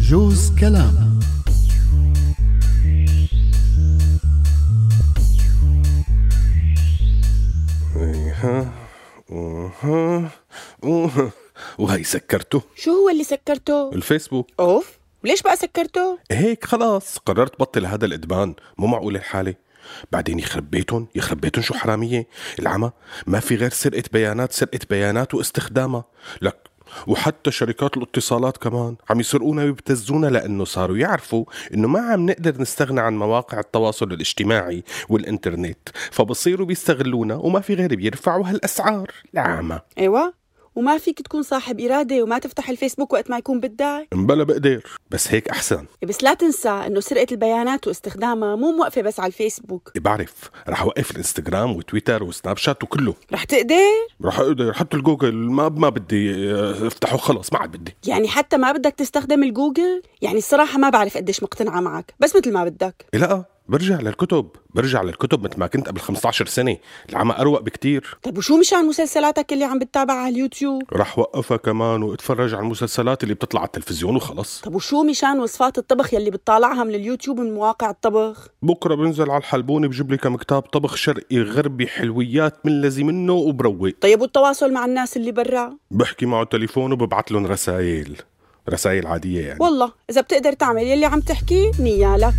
بجوز كلام إيها، أوها، أوها. وهي سكرته شو هو اللي سكرته؟ الفيسبوك اوف ليش بقى سكرته؟ هيك خلاص قررت بطل هذا الادمان مو معقول الحاله بعدين يخرب بيتهم يخرب بيتهم شو حراميه العمى ما في غير سرقه بيانات سرقه بيانات واستخدامها لك وحتى شركات الاتصالات كمان عم يسرقونا ويبتزونا لانه صاروا يعرفوا انه ما عم نقدر نستغنى عن مواقع التواصل الاجتماعي والانترنت فبصيروا بيستغلونا وما في غير بيرفعوا هالاسعار العمى ايوه وما فيك تكون صاحب إرادة وما تفتح الفيسبوك وقت ما يكون بدك مبلا بقدر بس هيك احسن بس لا تنسى إنه سرقة البيانات واستخدامها مو موقفة بس على الفيسبوك بعرف رح اوقف الانستغرام وتويتر وسناب شات وكله رح تقدر؟ رح اقدر حتى الجوجل ما ما بدي آه، افتحه خلص ما عاد بدي يعني حتى ما بدك تستخدم الجوجل؟ يعني الصراحة ما بعرف قديش مقتنعة معك بس مثل ما بدك إيه لا برجع للكتب برجع للكتب مثل ما كنت قبل 15 سنة العمى أروق بكتير طيب وشو مشان مسلسلاتك اللي عم بتتابعها على اليوتيوب؟ رح وقفها كمان واتفرج على المسلسلات اللي بتطلع على التلفزيون وخلص طب وشو مشان وصفات الطبخ يلي بتطالعها من اليوتيوب من مواقع الطبخ؟ بكرة بنزل على الحلبون بجيب لي كم كتاب طبخ شرقي غربي حلويات من لذي منه وبروق طيب والتواصل مع الناس اللي برا؟ بحكي معه تليفون وببعت لهم رسائل رسائل عادية يعني والله إذا بتقدر تعمل يلي عم تحكيه نيالك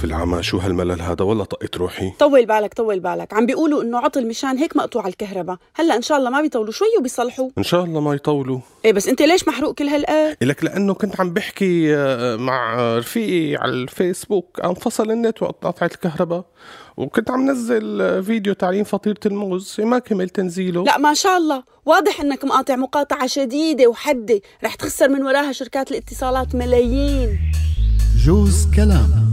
في العمى شو هالملل هذا والله طقت روحي طول بالك طول بالك عم بيقولوا انه عطل مشان هيك مقطوع الكهرباء هلا ان شاء الله ما بيطولوا شوي وبيصلحوا ان شاء الله ما يطولوا ايه بس انت ليش محروق كل هالقد لك لانه كنت عم بحكي آه، مع رفيقي على الفيسبوك انفصل النت وقت قطعت الكهرباء وكنت عم نزل آه، فيديو تعليم فطيره الموز ما كمل تنزيله لا ما شاء الله واضح انك مقاطع مقاطعه شديده وحده رح تخسر من وراها شركات الاتصالات ملايين جوز كلام